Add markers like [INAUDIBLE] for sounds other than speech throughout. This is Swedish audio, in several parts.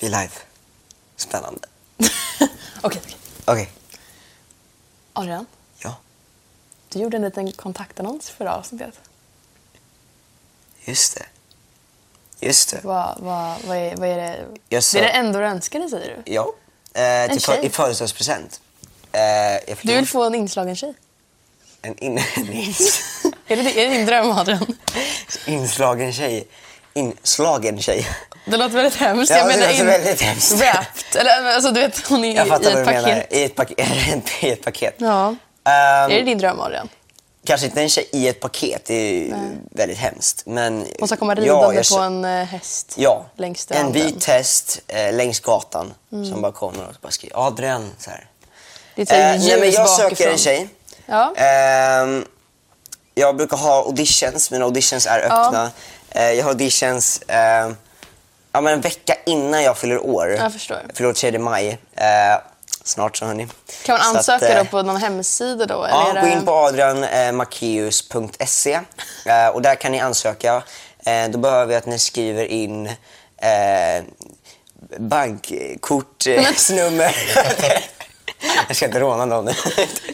Vi är live. Spännande. Okej, okej. Okej. Adrian, Ja, du gjorde en liten kontaktannons förra avsnittet. just det. Just det. Vad, vad, vad, är, vad är det? Jag sa- Det är det enda du önskade säger du? Ja. Eh, till för, tjej. I födelsedagspresent. Eh, jag fick Du en- vill få en inslagen tjej. en, in, [LAUGHS] en ins, Är det, är det din dröm Adrian? inslagen tjej. Inslagen tjej. Det låter väldigt hemskt. Ja, Jag det menar låter in- väldigt [LAUGHS] hemskt. Wrapped. Eller men alltså du vet hon är i, i Jag ett fattar vad du paket. menar. I ett, paket. [LAUGHS] I ett paket. Ja. Ehm, Är det din dröm Adrian? Kanske inte en tjej i ett paket. Det är ju väldigt hemskt. Men Hon ska komma Ja, ridande jag på känner- en eh, häst Ja, längs en stranden. Mm. vit häst eh, längs gatan som bara kommer och bara skriker Adrian. Så här. Det är ett så Eh, här ljus nej, men jag söker bakifrån. en tjej. Ja. Ehm, jag brukar ha auditions, mina auditions är öppna. Eh, jag har auditions eh, ja, men en vecka innan jag fyller år. Jag förstår. fyller år 3 maj. Eh, snart så hörni. Kan man Så att, ansöka eh, då på någon hemsida då? Ja, eller är gå det- in på adrianmakius.se eh, och där kan ni ansöka. Eh, då behöver jag att ni skriver in eh, bankkortsnummer. [LAUGHS] jag ska inte råna någon.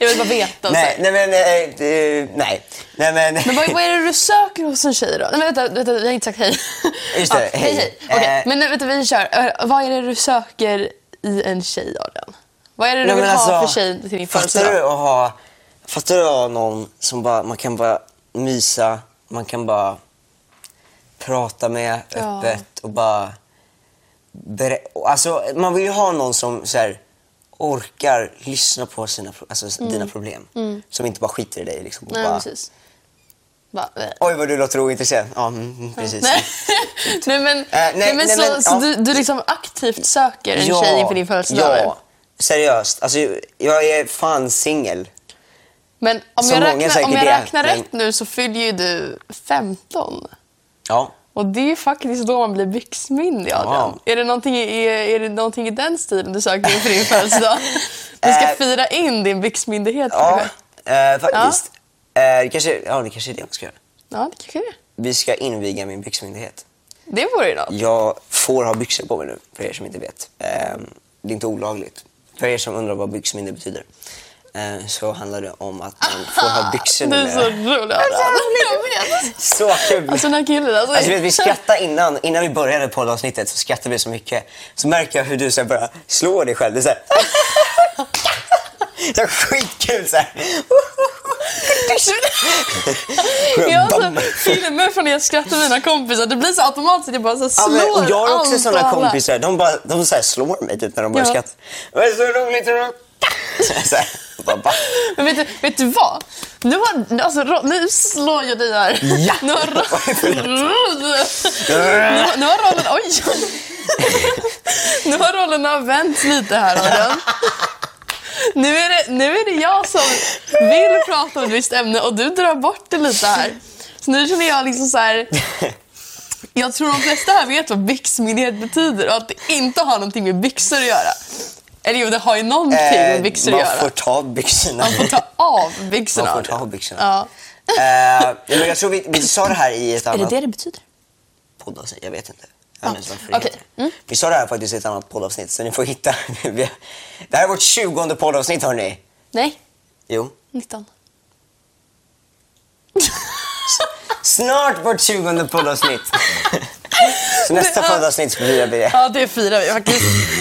Jag vill bara veta. så här. nej, nej, men... Eh, eh, nej. nej, men... Men vad, vad är det du söker hos en tjej då? Nej men vänta, vänta vi har inte sagt hej. Just det, ja, hej. hej. hej. Okej, Eh. men nu, vänta vi kör. Eh, Vad är det du söker i en tjej Adrian? Vad är det du Nej, vill men ha för alltså, tjej till din Fattar du födelsedag? att ha... Fattar du att ha någon som bara, man kan bara mysa, man kan bara prata med Ja. öppet och bara... berä- och Alltså, man vill ju ha någon som så här, orkar lyssna på sina, pro- alltså, dina problem. Som inte bara skiter i dig. Liksom, och Mm. Nej bara, precis. Va, eh. Oj, vad du låter ointresserad. Ja, mm, mm, precis. Eh, Nej. [LAUGHS] nej men, nej, nej, men nej, så, men, så ja. du, du liksom aktivt söker en tjej inför din födelsedag? Ja, seriöst. Alltså, jag är fan singel. Men om Som jag många räknar, säkert om jag är, räknar men- rätt nu så fyller ju du 15. Ja. Och det är ju faktiskt då man blir byxmyndig Adrian. Wow. Är, det någonting, i- är, är det någonting i den stilen du söker inför din [LAUGHS] födelsedag? Du ska Eh. fira in din byxmyndighet Ja, kanske? eh, faktiskt. Eh, det, kanske, ja, det kanske är det man ska göra. Ja, det kanske det är. Vi ska inviga min byxmyndighet. Det vore ju något. Jag får ha byxor på mig nu, för er som inte vet. Eh, det är inte olagligt. För er som undrar vad byxmyndighet betyder eh, så handlar det om att man får ha byxor Du är så numera. rolig Adrian. Jag vet. Så kul! Alltså den här killen alltså. Alltså, du vet, vi skrattade innan, innan vi började poddavsnittet så skrattade vi så mycket. Så märker jag hur du så här börjar slå dig själv. Det är så här... [LAUGHS] Det är skitkul [LAUGHS] så här. Det är Bam. alltså filmer från när jag skrattar med mina kompisar. Det blir så automatiskt att jag bara så här Ja, slår men, och jag har också allt sådana och alla. kompisar, de, bara, de så här slår mig typ när de börjar Ja. skratta. Det är så roligt! roligt. [LAUGHS] Så här, bara, bara. Men vet du, vet du vad? Nu, har, alltså, ro- nu slår jag dig här. Ja. [LAUGHS] Nu har, ro- Förlåt. nu, har- Mm. nu har rollen... Oj! Nu har rollerna vänt lite här, Adrian. Nu är, det, nu är det jag som vill prata om ett visst ämne och du drar bort det lite här. Så nu känner jag liksom så här... Jag tror de flesta här vet vad byxmyndighet betyder och att det inte har någonting med byxor att göra. Eller jo, det har ju någonting med byxor att Eh, man göra. får ta byxorna. Man får ta av byxorna. Man får ta av byxorna. Ja. Eh, nej, men jag tror vi, vi sa det här i ett Är det annat det det betyder? poddavsnitt. Jag vet inte. Jag minns varför det okej. Mm. heter det. Vi sa det här faktiskt i ett annat poddavsnitt så ni får hitta. [LAUGHS] Vi- det här är vårt 20 poddavsnitt hörni. Nej, Jo. 19. Snart vårt 20 poddavsnitt. [LAUGHS] så nästa Det- poddavsnitt så blir det. Ja, det firar vi faktiskt.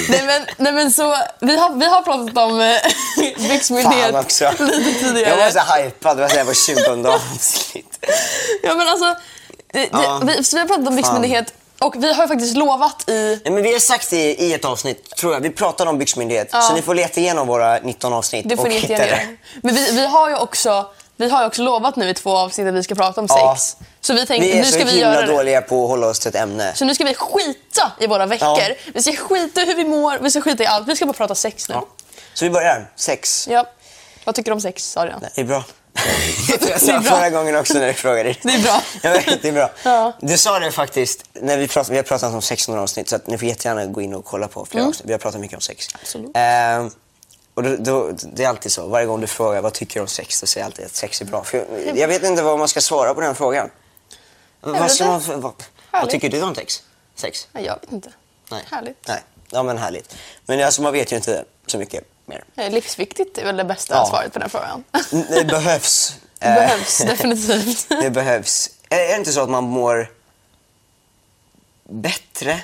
nej, men, nej, men så, vi, har, vi har pratat om eh, [LAUGHS] Fan byxmyndighet också. lite tidigare. Jag var så hypad. Det var såhär vårt 20 avsnitt. Ja, men alltså, det, Ja. det, vi, så vi har pratat om byxmyndighet och vi har ju faktiskt lovat i... [LAUGHS] Nej, men vi har sagt i, i ett avsnitt, tror jag, vi pratade om byxmyndighet. Ja. Så ni får leta igenom våra 19 avsnitt Det får och ni hitta jättegärna göra. det. Men vi, vi har ju också... Vi har ju också lovat nu i två avsnitt att vi ska prata om Ja. sex. Så vi Vi tänkte, är nu ska så vi himla göra det. dåliga på att hålla oss till ett ämne. Så nu ska vi skita i våra veckor. Ja. Vi ska skita i hur vi mår, vi ska skita i allt. Vi ska bara prata sex nu. Ja. Ja. Så vi börjar. Sex. Vad tycker du om sex, Adrian? Det är [LAUGHS] bra. Jag Det är sa bra. förra gången också när du frågade. Det är bra. Jag vet, det är bra. Ja. Du sa det faktiskt, när vi, pratade, vi har pratat om sex i några avsnitt så att ni får jättegärna gå in och kolla på flera avsnitt. Vi har pratat mycket om sex. Mm. Absolut. Ehm, och då, då, det är alltid så, varje gång du frågar vad tycker du om sex, då säger jag alltid att sex är bra. För jag, jag vet inte vad man ska svara på den frågan. Vad, vet ska inte. man, vad, vad Härligt. tycker du om sex? Sex? Nej, jag vet inte. Nej. Härligt. Nej. ja men härligt. Men alltså, man vet ju inte så mycket mer. Eh, Livsviktigt är väl det bästa Ja. svaret på den frågan. N- [LAUGHS] Det behövs. Eh, Behövs definitivt. det behövs. Är är det inte så att man mår bättre?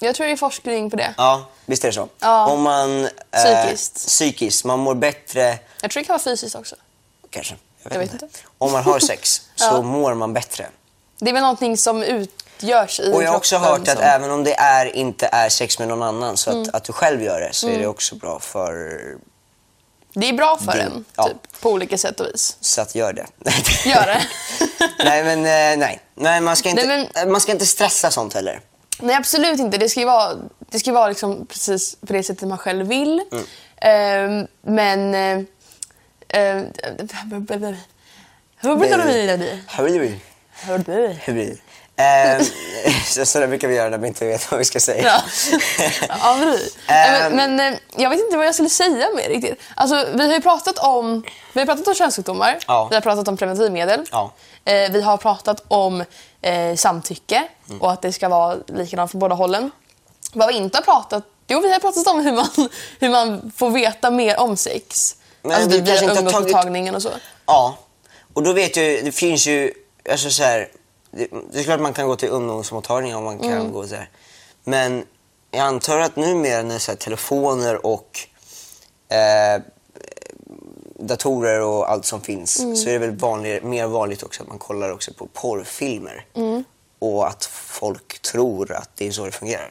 Jag tror det är forskning på det. Ja, visst är det så? Ja. Om man... eh, Psykiskt. Psykiskt. Man mår bättre, Jag tror det kan vara fysiskt också. kanske. Jag vet, Jag vet inte. Om man har sex så [LAUGHS] Ja. mår man bättre. Det är väl någonting som utgörs i Och jag har också kroppen hört att som... även om det är, inte är sex med någon annan, så att, Mm. att du själv gör det, så är det också bra för... Det är bra för Det- en, ja. typ, på olika sätt och vis. Så att gör det. [LAUGHS] Gör det. [LAUGHS] nej, men eh, nej. nej, man ska inte, Nej, man ska inte stressa sånt heller. Nej, absolut inte. Det ska ju vara, det ska ju vara liksom precis på det sättet man själv vill. Ehm, men... ehm, ehm, Hej. Hej. Eh, så, [LAUGHS] så där brukar vi göra när vi inte vet vad vi ska säga. Ja. [LAUGHS] Ja, [LAUGHS] precis. Ehm. men, men eh, jag vet inte vad jag skulle säga mer riktigt. Alltså, vi har ju pratat om, vi har pratat om könssjukdomar, Ja. vi har pratat om preventivmedel, Ja. eh, vi har pratat om eh, samtycke och att det ska vara likadant från båda hållen. Vad vi inte har pratat Jo, vi har pratat om hur man, [LAUGHS] hur man får veta mer om sex. Men alltså vi typ kanske via inte har tagit- ungdomsmottagningen och så. Ja, och då vet ju, det finns ju, alltså så här, det, det är klart man kan gå till ungdomsmottagningar om man kan Mm. gå så här. Men jag antar att numera när så här, telefoner och eh, datorer och allt som finns Mm. så är det väl vanligare, mer vanligt också att man kollar också på porrfilmer. Mm. Och att folk tror att det är så det fungerar.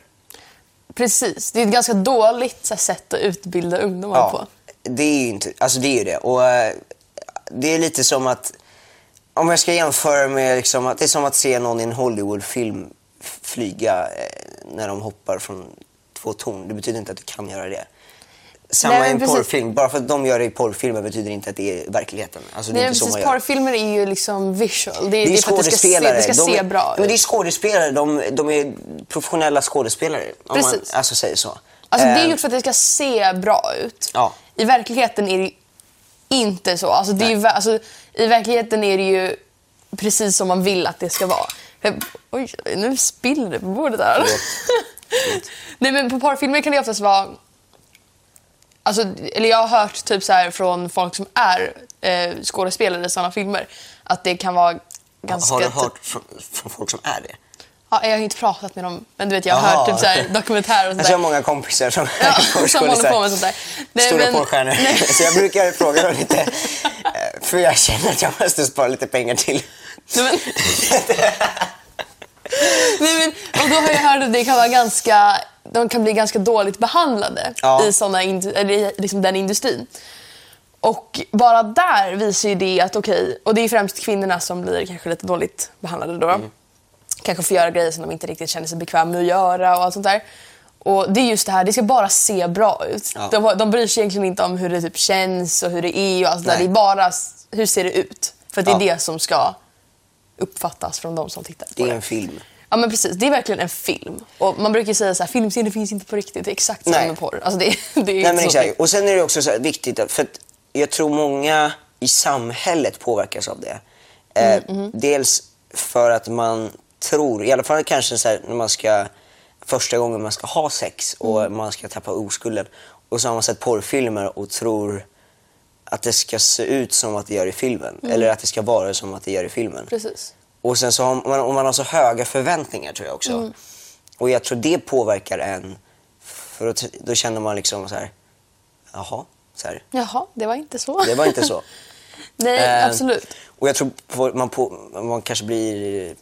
Precis, det är ett ganska dåligt så här, sätt att utbilda ungdomar på. Det är ju inte, alltså det är ju det. Och eh, det är lite som att, om jag ska jämföra med liksom att det är som att se någon i en Hollywoodfilm f- flyga eh, när de hoppar från två torn. Det betyder inte att du kan göra det. Nej, Samma i men en precis. porrfilm. Bara för att de gör det i porrfilmer betyder inte att det är verkligheten. Alltså det är Nej, inte så precis. man gör. Porrfilmer är ju liksom visual. Det är, Det är det är för att det ska se, skådespelare. det ska de, se bra Men det är ut. skådespelare. De, de är professionella skådespelare. Om man Precis. alltså säger så. Alltså, det är Eh, gjort för att det ska se bra ut. Ja. I verkligheten är det ju inte så. Alltså, det är ju, ver- alltså, I verkligheten är det ju precis som man vill att det ska vara. Jag- Oj, nu spiller det på bordet här. [LAUGHS] Nej, men på porrfilmer kan det oftast vara Alltså, eller jag har hört typ så här från folk som är eh, skådespelare i sådana filmer att det kan vara ganska... Har du typ- hört från, från folk som är det? Ja, jag har inte pratat med dem, men du vet jag har Jaha. hört typ så här, dokumentärer och Ah. sånt Alltså, jag har där. många kompisar som, [LAUGHS] Ja, [LAUGHS] som som håller på med sånt där. Nej, Stora men- porrstjärnor. Nej. Så jag brukar fråga dem lite. eh, För jag känner att jag måste spara lite pengar till. Nej, men... Nej, men, [LAUGHS] och då har jag hört att det kan vara ganska, de kan bli ganska dåligt behandlade Ja. i, såna, in- eller i liksom den industrin. Och bara där visar ju det att okej, och det är främst kvinnorna som blir kanske lite dåligt behandlade då. Mm. Kanske får göra grejer som de inte riktigt känner sig bekväma med att göra och allt sånt där. Och det är just det här, det ska bara se bra ut. Ja. De, de bryr sig egentligen inte om hur det typ känns och hur det är och allt sånt där. Det Nej. är bara, s- hur ser det ut? För att det är Ja. det som ska uppfattas från de som tittar Det på är det. en film. Ja men precis, det är verkligen en film. Och man brukar ju säga så här, filmscener finns inte på riktigt, det är exakt samma Nej. med porr. Alltså det, är- [LAUGHS] det är Nej, inte men så exakt. Och sen är det också så här viktigt, att- för att jag tror många i samhället påverkas av det. Eh, Mm, Dels för att man tror, i alla fall kanske så här, när man ska, första gången man ska ha sex och Mm. man ska tappa oskulden. Och så har man sett porrfilmer och tror att det ska se ut som att det gör i filmen. Eller att det ska vara som att det gör i filmen. Mm. Precis. Och sen så har man, om man har så höga förväntningar tror jag också. Mm. Och jag tror det påverkar en. För då, t- då känner man liksom så här, jaha, så här. Jaha, det var inte så. Det var inte så. [LAUGHS] Nej, Eh, absolut. Och jag tror på, man, på, man kanske blir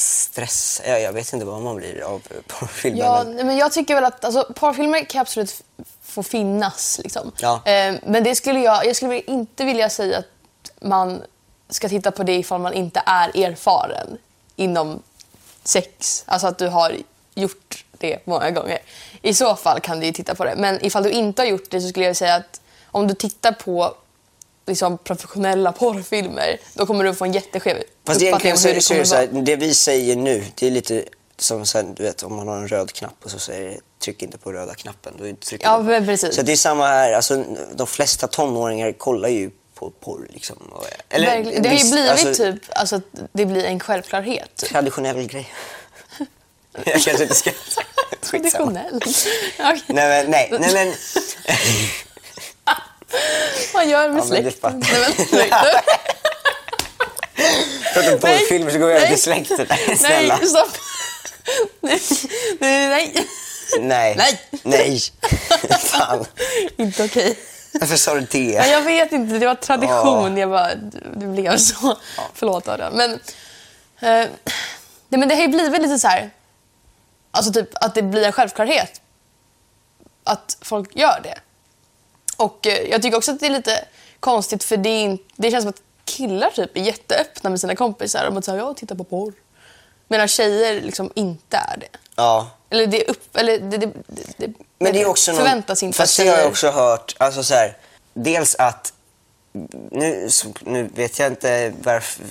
stress... Jag, jag vet inte vad man blir av porrfilmen. Ja, men- nej, men jag tycker väl att alltså, porrfilmer kan absolut f- få finnas. Liksom. Ja. Eh, men det skulle jag, jag skulle inte vilja säga att man ska titta på det ifall man inte är erfaren inom sex. Alltså att du har gjort det många gånger. I så fall kan du ju titta på det. Men ifall du inte har gjort det så skulle jag säga att om du tittar på liksom, professionella porrfilmer då kommer du få en jätteskev Fast uppfattning egentligen om så hur är det det, så är kommer det så här, vara. det vi säger nu, det är lite som så här, du vet, om man har en röd knapp och så säger det tryck inte på röda knappen. Då trycker Ja, man på. men precis. Så det är samma här, alltså, de flesta tonåringar kollar ju på porr. Liksom, och, Verkligen. Det har ju visst, blivit alltså, typ, alltså, att det blir en självklarhet. [LAUGHS] [LAUGHS] Traditionell grej. jag kanske inte ska... Skitsamma. traditionell. [LAUGHS] Okej. Nej men, nej, nej men. Vad gör med men det är släkten? fan- Nej, men, [LAUGHS] nej, du- Prata om porrfilmer så går vi över [LAUGHS] nej. till släkten. Nej, snälla. [LAUGHS] nej, stopp. [LAUGHS] Nej, nej, [LAUGHS] nej. Nej. Nej. Nej. [LAUGHS] Fan. Inte okej. Varför sa du Ja, [LAUGHS] det? jag vet inte, det var tradition. Ja. Jag bara, det blev så. Förlåt Adam. Men, eh, nej, men det har ju blivit lite så här, alltså typ att det blir en självklarhet att folk gör det. Och eh, jag tycker också att det är lite konstigt för det, är in, det känns som att killar typ är jätteöppna med sina kompisar om att säga jag tittar på porr. Medan tjejer liksom inte är det. Ja. Eller det är upp, eller det, det, det, det, Men det är också någon- förväntas inte Fast det har jag också hört. Alltså så här, dels att... Nu, så- nu vet jag inte varför...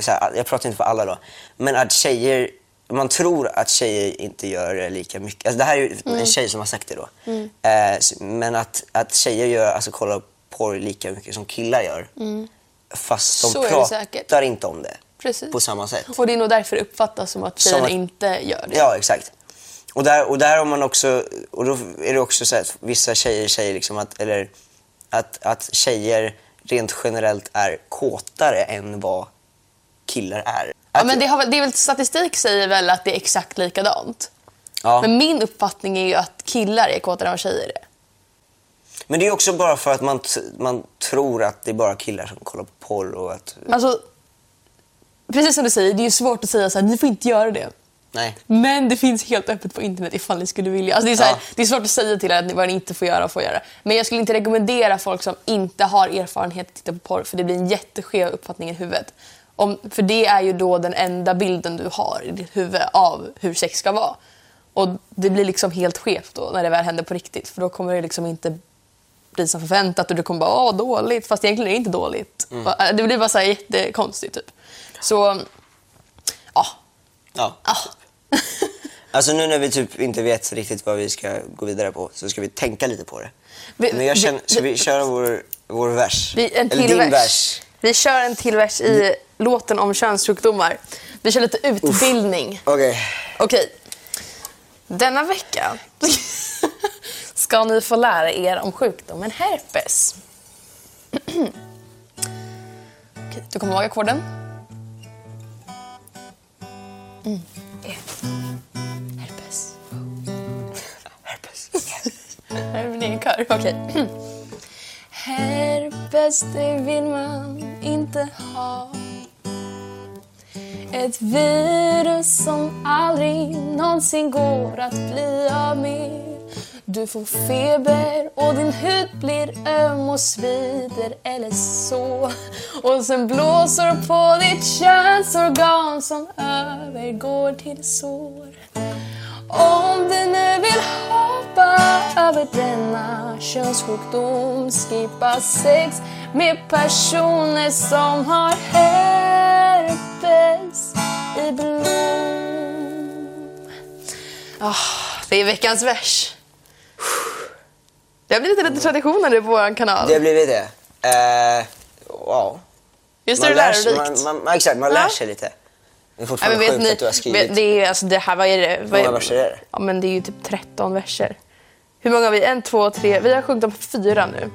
Så här, jag pratar inte för alla då. Men att tjejer... Man tror att tjejer inte gör det lika mycket. Alltså det här är ju Mm. en tjej som har sagt det då. Eh, s- men att, att tjejer gör, alltså kollar porr lika mycket som killar gör. Fast de Mm. Så är det säkert. pratar inte om det Precis. på samma sätt. Och det är nog därför det uppfattas som att Som tjejerna att- inte gör det. Ja, exakt. Och där, och där har man också, och då är det också så att vissa tjejer säger liksom att, eller att, att tjejer rent generellt är kåtare än vad killar är. Ja, Att- men det, har, väl- det är väl, statistik säger väl att det är exakt likadant. ja. Men min uppfattning är ju att killar är kåtare än vad tjejer är. Men det är också bara för att man, t- man tror att det är bara killar som kollar på porr och att, Men Alltså, precis som du säger, det är ju svårt att säga så här, ni får inte göra det. nej. Men det finns helt öppet på internet ifall ni skulle vilja. Alltså det, är så här, Ja. det är svårt att säga till er att ni- vad ni inte får göra och får göra. Men jag skulle inte rekommendera folk som inte har erfarenhet att titta på porr för det blir en jätteskev uppfattning i huvudet. Om, för det är ju då den enda bilden du har i ditt huvud av hur sex ska vara. Och det blir liksom helt skevt då när det väl händer på riktigt för då kommer det liksom inte bli som förväntat och du kommer bara åh dåligt fast egentligen är det inte dåligt. äh, Det blir bara så här jättekonstigt typ. Så ja, Ja. ah, [LAUGHS] Alltså nu när vi typ inte vet riktigt vad vi ska gå vidare på så ska vi tänka lite på det. Vi- Men jag vi- känner, ska vi vi- köra vår, vår vers? Vi, en till eller din vers. vers. Vi kör en till vers i låten om könssjukdomar. Vi kör lite utbildning. Okej. Okej. Denna vecka [LAUGHS] ska ni få lära er om sjukdomen herpes. [CLEARS THROAT] Okej, du kommer ihåg ackorden? Mm. Ett. Herpes. Herpes. Det är min egen kör. Okej. [CLEARS THROAT] Herpes, det vill man inte ha Ett virus som aldrig någonsin går att bli av med Du får feber och din hud blir öm och svider eller så Och sen blåsor på ditt könsorgan som övergår till sår om du nu vill hoppa över denna könssjukdom skippa sex med personer som har herpes i blod Ah, Det är veckans vers. Det har blivit lite traditioner nu på vår kanal. Det har blivit det. Eh, ja. Just det, det är lär sig, lärorikt. man, man, man, exakt, man Ja. lär sig lite. Det är Nej, men fortfarande vet sjukt ni, att du har skrivit. vet, det, är, alltså, det här, vad är det? Vad många verser är det? Ja, men det är ju typ 13 verser. Hur många har vi? En, två, tre. Vi har sjukdom på fyra nu.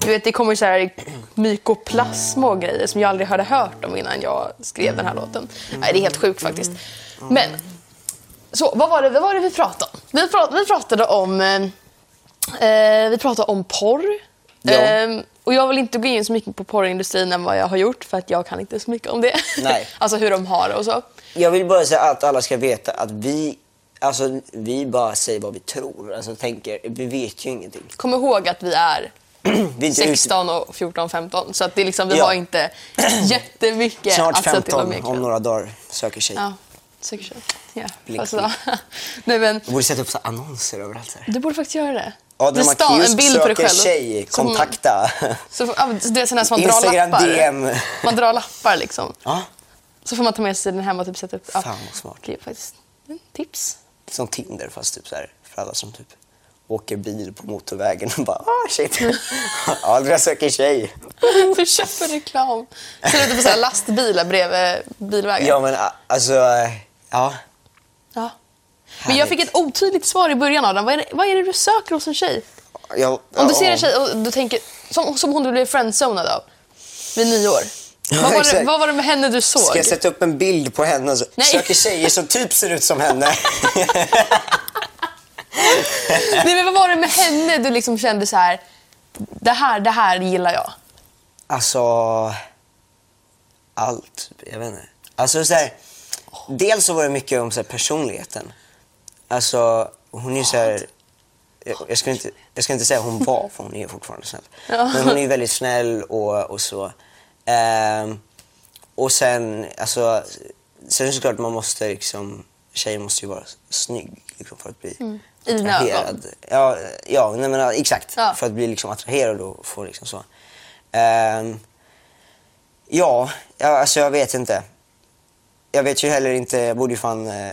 Du vet, det kommer ju så här mykoplasma och grejer som jag aldrig hade hört om innan jag skrev den här låten. Nej, det är helt sjukt faktiskt. Men, så vad var det, vad var det vi pratade om? Vi pratade, vi pratade om eh, eh, vi pratade om porr. Ja. Ehm, och jag vill inte gå in så mycket på porrindustrin än vad jag har gjort för att jag kan inte så mycket om det. Nej. [LAUGHS] alltså hur de har det och så. Jag vill bara säga att alla ska veta att vi, alltså, vi bara säger vad vi tror. Alltså, tänker, vi vet ju ingenting. [CLEARS THROAT] Kom ihåg att vi är Vi är inte ute- 16 och 14, 15. Så att det är liksom, vi Ja. har inte [CLEARS THROAT] jättemycket snart att sätta alltså, till vad mer 15 kan. om några dagar söker sig. Ja, säkert. så. Ja. Blink, Alltså, [LAUGHS] nej, men, Jag borde sätta upp så här annonser överallt. Så här. du borde faktiskt göra det. Ja, där det man stal- just söker tjej, Så- kontakta. [LAUGHS] Så, ja, det är sådana som man drar Instagram lappar. DM. Man drar lappar liksom. Ja, Så får man ta med sig den hem och typ sätta upp. Ja. Fan, vad smart. Det är faktiskt en tips. [LAUGHS] som Tinder fast typ så här, för alla som typ åker bil på motorvägen och bara ah shit. [LAUGHS] ja, jag söker tjej. Du köper reklam. Ser ut på så här ah, lastbilar bredvid bilvägen. Ja men a- alltså, eh, ja. Ja. Men jag fick ett otydligt svar i början Adam. Vad är det, vad är det du söker hos en tjej? Jag, Om du ser en tjej och du tänker, som, som hon du blev friendzonad av vid nio år. Ja, Vad var, det, exakt. vad var det med henne du såg? Ska jag sätta upp en bild på henne? Så, Nej. söker tjejer som typ ser ut som [LAUGHS] henne. Nej, men vad var det med henne du liksom kände så här, det här, det här gillar jag? Alltså... Allt. Jag vet inte. Alltså så här, Dels så var det mycket om så här, personligheten. Alltså, hon är ju så här... Jag, jag, ska inte, jag ska inte säga hon var, för hon är ju fortfarande snäll. Men hon är ju väldigt snäll och, och så. Ehm, och sen, alltså... Sen är det såklart man måste liksom... Tjejer måste ju vara snygg liksom, för att bli I dina attraherad. Ja, ja nej, men, ja, exakt. Ja. För att bli liksom, attraherad och få liksom så. Ehm, Ja, ja, alltså jag vet inte. Jag vet ju heller inte, jag borde ju fan eh,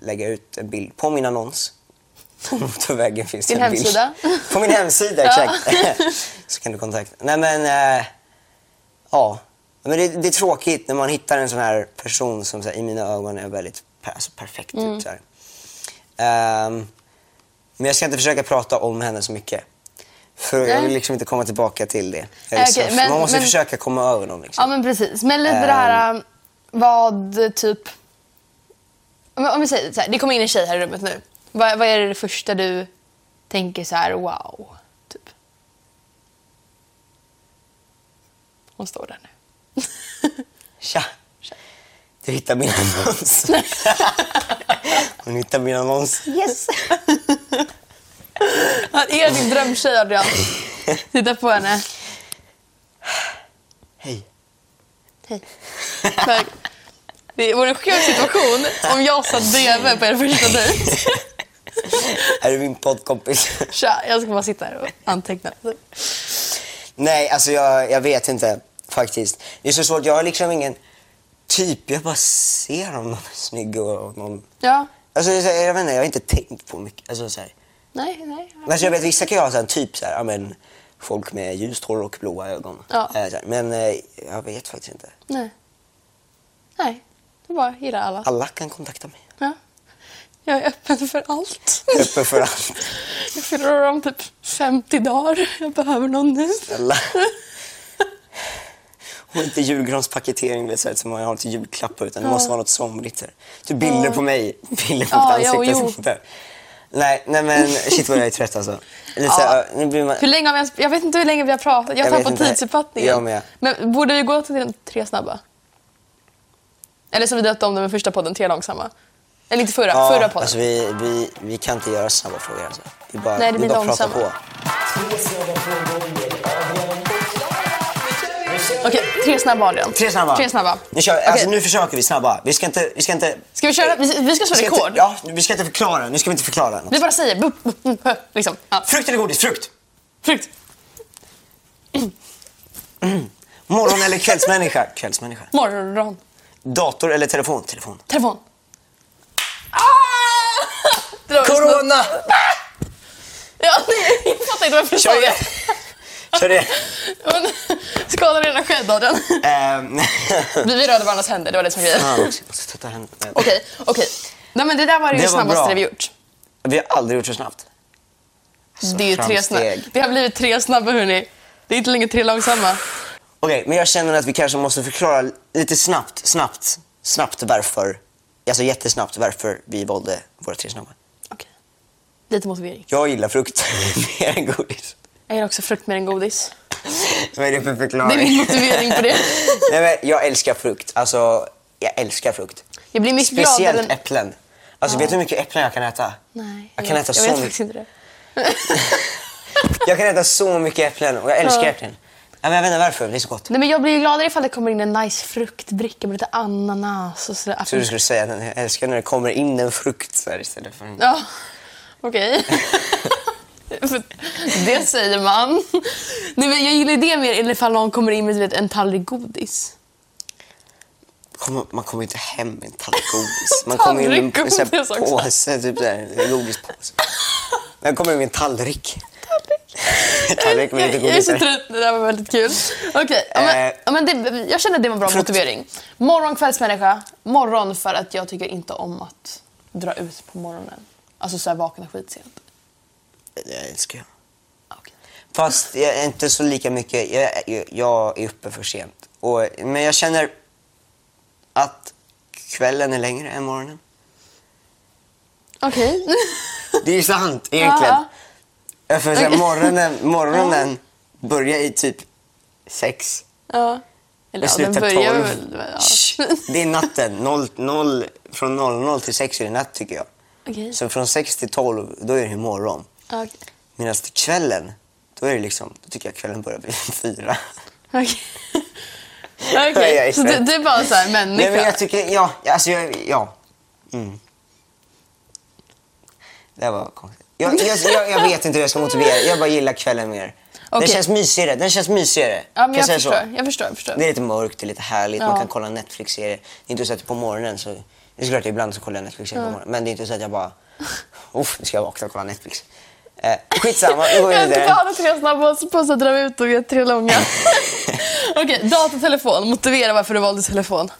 lägga ut en bild på min annons. [LAUGHS] På motorvägen finns det Din en bild. hemsida? [LAUGHS] På min hemsida, Ja. exakt. [LAUGHS] Så kan du kontakta. Nej men, eh, ja. Men det, det är tråkigt när man hittar en sån här person som så här, i mina ögon är väldigt per, alltså, perfekt Mm. ut. Så här. Ehm, men jag ska inte försöka prata om henne så mycket. För jag vill Nej. liksom inte komma tillbaka till det. Jag är Okej, liksom- men- man måste men- försöka komma över dem. Liksom. Ja men precis. Men lite det här um, vad typ... Om om vi säger så här, det kommer in en tjej här i rummet nu. Vad, vad är det första du tänker så här, wow? Typ. Hon står där nu. Tja! Du hittar min [LAUGHS] annons. Hon hittar min annons. [LAUGHS] Yes! Vad är din drömtjej Adrian? Titta på henne. Hej. Hej. Tack. Det vore en skön situation om jag satt bredvid på er första dejt. Här är min poddkompis. Tja, jag ska bara sitta här och anteckna. Nej, alltså jag, jag vet inte faktiskt. Det är så svårt. Jag har liksom ingen typ. Jag bara ser om någon är snygg och och någon... Ja. Alltså jag, jag vet inte, jag har inte tänkt på mycket. Alltså, så här. Nej, nej. Alltså, jag vet vissa kan ju ha så här, en typ så här, ja, men, folk med ljust hår och blåa ögon. Ja. Eh, så här. Men eh, jag vet faktiskt inte. Nej. Nej. Du bara gillar alla. Alla kan kontakta mig. Ja. Jag är öppen för allt. Öppen för allt. Jag fyller år om typ 50 dagar. Jag behöver någon nu. Snälla. Och inte julgranspaketering, vet, så här, som man har till julklappar, utan det måste vara något somrigt. så här. Typ bilder på mig, bilder på Ja, mitt jo, ansikte. jo. och sånt där. Nej, nej men shit vad jag är trött alltså. Lite så här, nu blir man... Hur länge har vi ens, jag vet inte hur länge vi har pratat. Jag Jag har vet tappat inte. tidsuppfattningen. Jag med. Men borde vi gå till den tre snabba? Eller som vi döpte om den i första podden, tre långsamma. Eller inte förra, Ja, förra podden. alltså, vi, vi, vi kan inte göra snabba frågor alltså. Vi bara, Nej, det vi blir bara pratar långsamma. på. alltså- Okej, tre snabba Adrian. Tre snabba. Tre snabba. Nu, kör, vi. alltså, Okej. nu försöker vi snabba. Vi ska inte... Vi ska inte... Ska vi köra? Vi, vi ska slå vi ska rekord. Inte, ja, vi ska inte förklara. Nu ska vi inte förklara något. Vi bara säger bup, bup, bup, bup, liksom. Ja. Frukt eller godis? Frukt! Frukt. Morgon eller kvällsmänniska? [LAUGHS] Kvällsmänniska. Morgon. Dator eller telefon? Telefon. Telefon. Ah! [LAUGHS] Det var smutt. Corona! Ja, nej, jag fattar inte varför du sa Kör [LAUGHS] igen! det. Kör igen! Men, [LAUGHS] Skadan redan skedd, Adrian. Ehm, Vi rörde varandras händer, det var det som var grejen. Fan också, jag måste tvätta händerna. Okej, okej. Nej men det där var det, Det ju var snabbaste bra. vi gjort. Vi har aldrig gjort så snabbt. det är ju tre snabba. framsteg. Det har blivit tre snabba hörni. Det är inte längre tre långsamma. Okej, men jag känner att vi kanske måste förklara lite snabbt, snabbt, snabbt varför, alltså jättesnabbt varför vi valde våra tre snabba. Okej. Lite motivering. Jag gillar frukt [LAUGHS] mer än godis. Jag gillar också frukt mer än godis. Vad är det för Det förklaring? är min motivering på det. [LAUGHS] Nej, men jag älskar frukt. Alltså, jag älskar frukt. Jag blir mycket Speciellt gladare. än- äpplen. Alltså, vet du hur mycket äpplen jag kan äta? Nej, Jag kan äta jag vet så faktiskt mycket. inte det. Jag kan äta så mycket äpplen och jag älskar Ja. äpplen. Ja, men jag vet inte varför, det är så gott. Nej, men jag blir ju gladare ifall det kommer in en nice fruktbricka med lite ananas och sådär. Så du skulle säga att jag älskar när det kommer in en frukt så här istället för en... Ja, okej. [LAUGHS] För det säger man. Nej, men jag gillar det mer än ifall någon kommer in med du vet, en tallrik godis. Kommer- Man kommer inte hem med en tallrik godis. Man kommer ju med en sån Tallrik här godis också. påse, typ där, en godispåse. Man kommer med en tallrik. Tallrik. [LAUGHS] tallrik med jag, lite jag är godis. så där. trött, det där var väldigt kul. Okej, ja, men, Eh. ja, men det, jag känner att det var en bra Frukt. motivering. Morgon kvällsmänniska, morgon för att jag tycker inte om att dra ut på morgonen? Alltså så här vakna skitsent. Ah, Det älskar jag. Okay. Fast jag är inte så lika mycket, jag, jag, jag är uppe för sent. Och, men jag känner att kvällen är längre än morgonen. Okej. Det är sant egentligen. [LAUGHS] Ja. Jag får säga, Okej. [LAUGHS] morgonen, morgonen börjar i typ sex. ja. Det Eller ja, den slutar börjar 12. väl... Ja. Shh, Det är natten. Noll, noll, från 00 till 6 är det natt tycker jag. Okej. Så från 6 till 12, då är det morgon. Ja, Okej. Medan till kvällen, då är det liksom, då tycker jag kvällen börjar bli [LAUGHS] fyra. Okej. Jag är [LAUGHS] Okej, så du, trött. du är bara så här Nej människa? men jag tycker, ja, alltså jag, ja. Mm. Det här var konstigt. Jag, jag, jag, [LAUGHS] jag vet inte hur jag ska motivera, jag bara gillar kvällen mer. Den Okej. känns mysigare, den känns mysigare. ja, Kan men jag, säga så? förstår. jag förstår. Jag förstår. Det är lite mörkt, det är lite härligt, man Ja. kan kolla Netflix-serier. Det är inte så att på morgonen så... Det är klart ibland så kollar jag Netflix-serier på morgonen. Men det är inte så att jag bara... Uff, nu ska jag vakna och kolla Netflix. Eh, skitsamma, nu går Jag vi är inte vidare. fan tre snabba och så på att dra ut och jag är [LAUGHS] tre långa. Okej, dator, telefon. Motivera varför du valde telefon.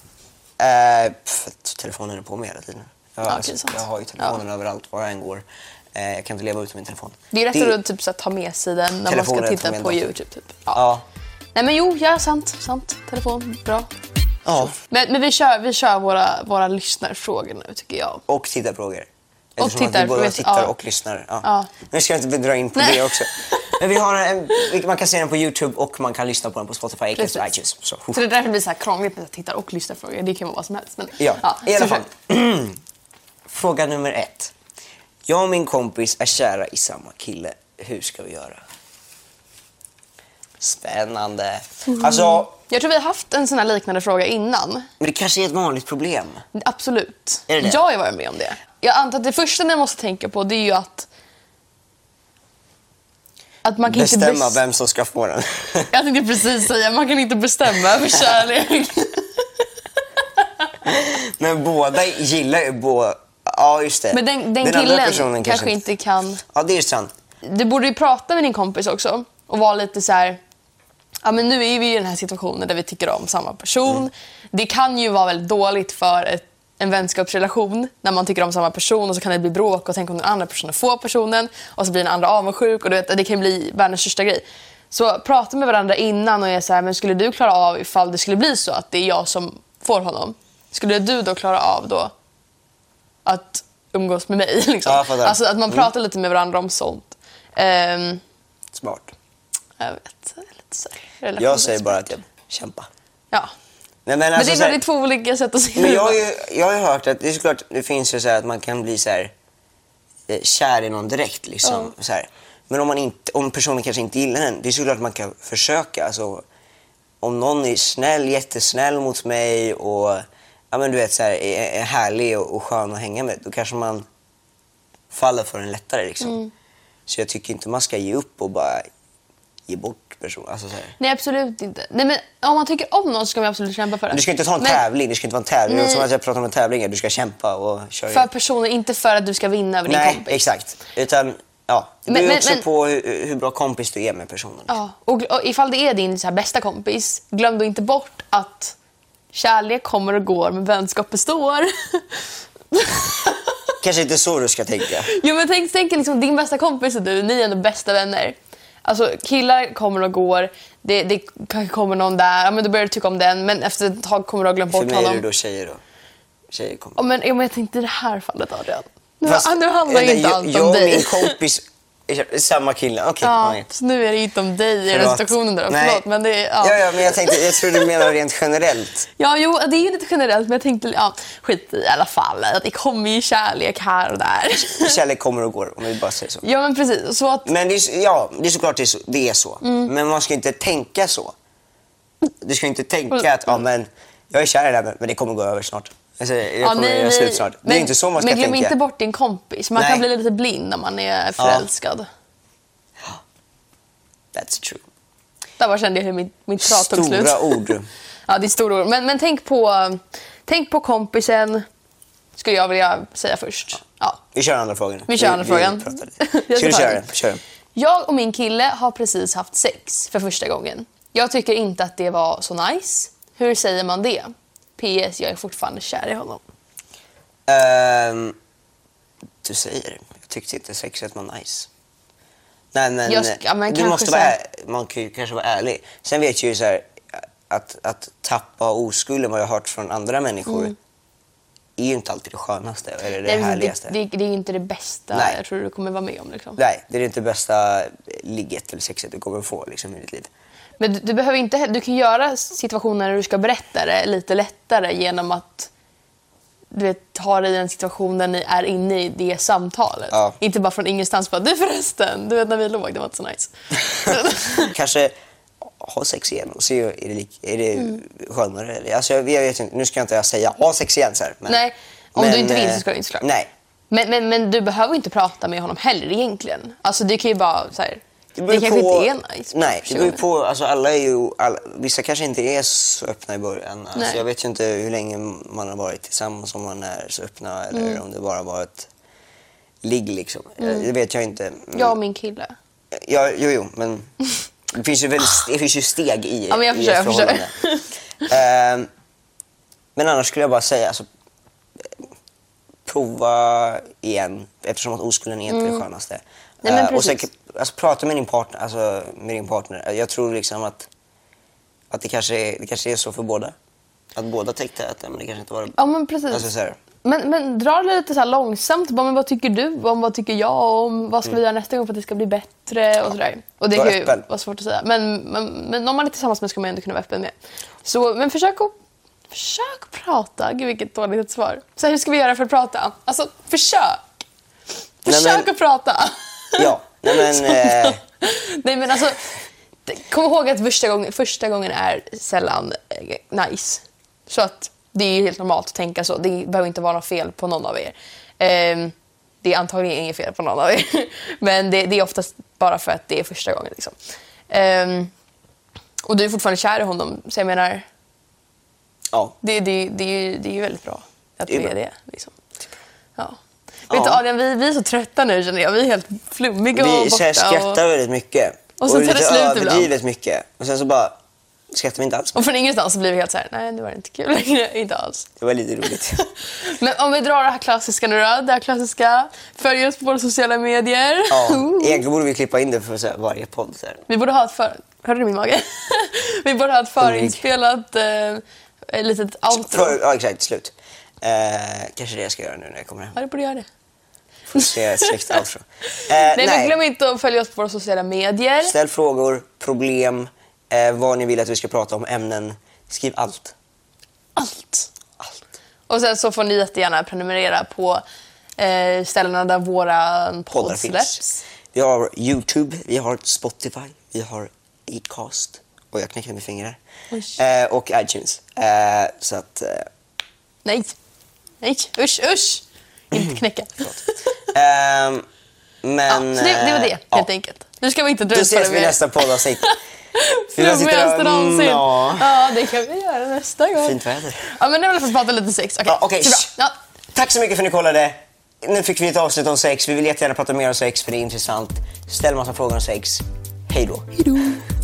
Eh, pff, telefonen är på mig hela tiden. Jag, Ja, alltså, okej, sant. jag har ju telefonen överallt, var jag än går. Eh, jag kan inte leva utan min telefon. Det är lättare att typ, så här, ta med sig den när man Telefonen ska tar titta med på datorn. Youtube. Typ. Ja. Nej men jo, ja sant. sant. Telefon, bra. ja. Men, men vi kör, vi kör våra, våra lyssnarfrågor nu tycker jag. Och tittarfrågor. Och Eftersom att tittar- Vi båda vet- tittar ja. och lyssnar. Ja. Ja. Nu ska jag inte dra in på Nej. det också. Men vi har en, man kan se den på Youtube och man kan lyssna på den på Spotify, Acast och Precis. iTunes. Så, Så det är därför det blir så här krångligt med att titta och lyssnarfrågor. Det kan vara vad som helst. Men, Ja, i alla så fall. kör [CLEARS THROAT] Fråga nummer ett. Jag och min kompis är kära i samma kille. Hur ska vi göra? Spännande. Mm. Alltså, vi. Jag tror vi har haft en sån här liknande fråga innan. men det kanske är ett vanligt problem. Absolut. Är det det? Jag har ju varit med om det. Jag antar att det första ni måste tänka på det är ju att... Att man kan inte... Bestämma bes- vem som ska få den. [LAUGHS] Jag tänkte precis säga, man kan inte [LAUGHS] bestämma över kärlek. Men båda gillar ju båda... Ja, just det. Men den, den andra killen personen kanske, inte kan... Ja, det är sant. Du borde ju prata med din kompis också och vara lite så här... Ja, men nu är vi i den här situationen där vi tycker om samma person. Det kan ju vara väldigt dåligt för ett, en vänskapsrelation när man tycker om samma person och så kan det bli bråk och tänk om den andra personen får personen och så blir den andra avundsjuk och du vet, det kan bli världens största grej. Så prata med varandra innan och är så här, men skulle du klara av ifall det skulle bli så att det är jag som får honom? Skulle du då klara av då att umgås med mig? [LAUGHS] Liksom? Ja, jag fattar. Mm. alltså att man pratar lite med varandra om sånt. Ehm, Smart. jag vet. jag är Lite så här, Jag säger bara att jag kämpa. Ja. Nej, alltså Men det är, så här- väl- det är två olika sätt att se Men det jag, har på. ju, jag har ju hört att det är såklart, det finns ju så här att man kan bli så här eh, kär i någon direkt liksom. Så här. Men om, man inte, om personen kanske inte gillar den, det är såklart att man kan försöka. Alltså, om någon är snäll, jättesnäll mot mig och ja, men du vet, så här, är, är härlig och, och skön att hänga med, då kanske man faller för den lättare. Liksom. Mm. Så jag tycker inte man ska ge upp och bara ge bort personen. Alltså, så här. Nej, absolut inte. Nej, men om man tycker om någon så ska man absolut kämpa för det. Du ska inte ta en Men tävling, det ska inte vara en tävling. Nej. Som att jag pratar om en tävling, är, du ska kämpa och köra. För personen, inte för att du ska vinna över Nej, din kompis. exakt. Utan, ja. Det Men- beror men- också men- på hur, hur bra kompis du är med personen. Ja. Och, och ifall det är din så här, bästa kompis, glöm då inte bort att kärlek kommer och går men vänskap består. [LAUGHS] Kanske inte så du ska tänka. Jo men tänk, tänk liksom, din bästa kompis och du, ni är ändå bästa vänner. Alltså killar kommer och går, det, det kanske kommer någon där, ja, men då börjar du tycka om den men efter ett tag kommer du ha glömt För bort mig är honom. det då tjejer då. Tjejer kommer. Ja, men, ja, men jag tänkte i det här fallet Adrian. Nu, Fast- nu handlar eller, ju inte jag- allt jag om och dig. min kompis, [LAUGHS] samma kille. Okej, Ja, ja. så nu är det inte om dig i den förlåt. situationen. Då. Nej. Förlåt, men det är... ja. ja, men jag tänkte, jag tror du menar rent generellt. Ja, jo, det är ju lite generellt, men jag tänkte... Ja, skit i i alla fall. Att det kommer ju kärlek här [LAUGHS] och där. Kärlek kommer och går, om vi bara säger så. ja, men precis. Så att... Men det är, så- ja, det är såklart det är så. Det är så. Mm. Men man ska inte tänka så. Du ska inte Mm. tänka att ja, men, jag är kär i det här men det kommer gå över snart. Alltså, jag Ja, kommer göra slut snart. det Men- är inte så man ska Men glöm tänka. inte bort din kompis. Man Nej. kan bli lite blind när man är förälskad. That's true. Där bara kände jag hur mitt, mitt prat tog slut. Stora ord. Ja, det är stora ord. Men, men tänk, på, tänk på kompisen, skulle jag vilja säga först. Ja. Vi kör andra frågan. Vi kör andra frågan. pratar lite. [LAUGHS] Jag ska Ska du ta köra den. den? Kör den. Jag och min kille har precis haft sex för första gången. Jag tycker inte att det var så nice. Hur säger man det? PS. Jag är fortfarande kär i honom. Ehm, du säger. Jag tyckte inte sexet var nice. Nej men, Jag sk- ja, men du kanske måste så vara, här- ä- man kan ju kanske vara ärlig. Sen vet jag ju så här, att, att tappa oskulden vad jag har hört från andra människor är ju inte alltid det skönaste eller det Mm. Nej, men det, härligaste. det, det är ju inte det bästa Nej. jag tror du kommer vara med om. Liksom. Nej, det är inte det bästa ligget eller sexet du kommer få liksom, i ditt liv. Men du, du, behöver inte, he- du kan göra situationer när du ska berätta det lite lättare genom att du vet, ha dig i en situation där ni är inne i det samtalet. Ja. Inte bara från ingenstans. Bara, du förresten, du vet när vi låg, det var inte [LAUGHS] så nice. Kanske ha sex igen och se är det, lik, är det Mm. skönare. eller- Alltså, jag vet inte, nu ska jag inte säga ha sex igen så här, men, Nej, om du inte vill så ska eh, du inte såklart. Nej. men, men, men du behöver inte prata med honom heller egentligen. Alltså det kan ju bara så här, det, beror kanske på- inte är nice. Nej, det första beror ju gången. på. Alltså, alla är ju, alla, vissa kanske inte är så öppna i början. Nej. Alltså, jag vet ju inte hur länge man har varit tillsammans, om man är så öppna eller Mm. om det bara var ett ligg. Liksom. Det vet jag inte. Men- Jag och min kille. Ja, jo, jo, men det finns ju, väldigt, det finns ju steg i, Ja, men jag i förstår, ett jag förstår. förhållande. Ehm, men annars skulle jag bara säga, alltså, prova igen eftersom att oskulden är inte det skönaste. Mm. Nej, men Ehm, och sen, precis. alltså, prata med din partner. Alltså, med din partner. Jag tror liksom att, att det, kanske är, det kanske är så för båda. Att båda tänkte att nej, men det kanske inte var det. Ja men precis. Alltså, så här, Men, men dra det lite så här långsamt. Bara, men vad tycker du om? Vad tycker jag om? Vad ska vi göra nästa gång för att det ska bli bättre? Och, sådär. och Det Var kan ju öppen. vara svårt att säga. Men, men, men om man är tillsammans med ska man ändå kunna vara öppen med. Så, men försök att försök prata. Gud, vilket dåligt svar. Så här, hur ska vi göra för att prata? Alltså, försök! Nej, Försök men- att prata! ja, nej, [LAUGHS] men, eh, Nej, men alltså, det- kom ihåg att första gången, första gången är sällan eh, nice. Så att det är ju helt normalt att tänka så. Det behöver inte vara något fel på någon av er. Ehm, det är antagligen inget fel på någon av er. [LAUGHS] Men det, det är oftast bara för att det är första gången. Liksom. Ehm, och du är fortfarande kär i honom. Så jag menar, ja. det, det, det, är, ju, det är ju väldigt bra att Det det är bra. är det. Liksom. Ja. Ja. Vet du Adrian, vi, vi är så trötta nu känner jag. Vi är helt flummiga och Vi så borta. här och... skrattar väldigt mycket. Och sen tar det lite slut ibland. överdrivet mycket. Och sen så bara skrattar vi inte alls. Och från ingenstans så blir vi helt så här, nej nu var det inte kul längre, [LAUGHS] inte alls. Det var lite [LAUGHS] roligt. Men om vi drar det här klassiska nu då, det här klassiska, följ oss på våra sociala medier. Ja, Ooh. egentligen borde vi klippa in det för så här varje podd. Så här. [LAUGHS] Vi borde ha ett för... Hörde du min mage? [LAUGHS] vi borde ha ett förinspelat eh, ett litet outro. För, ja, exakt. Slut. Eh, kanske det jag ska göra nu när jag kommer [LAUGHS] hem. Ja, du borde göra det. Får se ett snyggt outro. Eh, nej, Nej, men glöm inte att följa oss på våra sociala medier. Ställ frågor, problem, eh, vad ni vill att vi ska prata om, ämnen. Skriv allt. Allt. Allt. Och sen så får ni jättegärna prenumerera på eh, ställena där våran Poddar podd släpps. finns. Vi har Youtube, vi har Spotify, vi har Acast. Och jag knäcker med fingrar. Oj. Eh, och iTunes. Eh, så att... Eh, Nej. Nej, usch, usch. [LAUGHS] Inte knäcka. Ehm, Ja, men... så det, det var det, eh, helt enkelt. Nu ska vi inte dra Då ut på ses det vi i mer. nästa [LAUGHS] poddavsnitt. Vi bara sitter Flummigaste och- någonsin. Mm, Ja. ja. det kan vi göra nästa gång. Fint väder. Ja, men nu har vi i alla fall pratat lite sex. Okej, Ja, okej, så bra. shh. Ja. Tack så mycket för att ni kollade. Nu fick vi ett avsnitt om sex. Vi vill jättegärna prata mer om sex för det är intressant. Ställ massa frågor om sex. Hej då. Hejdå.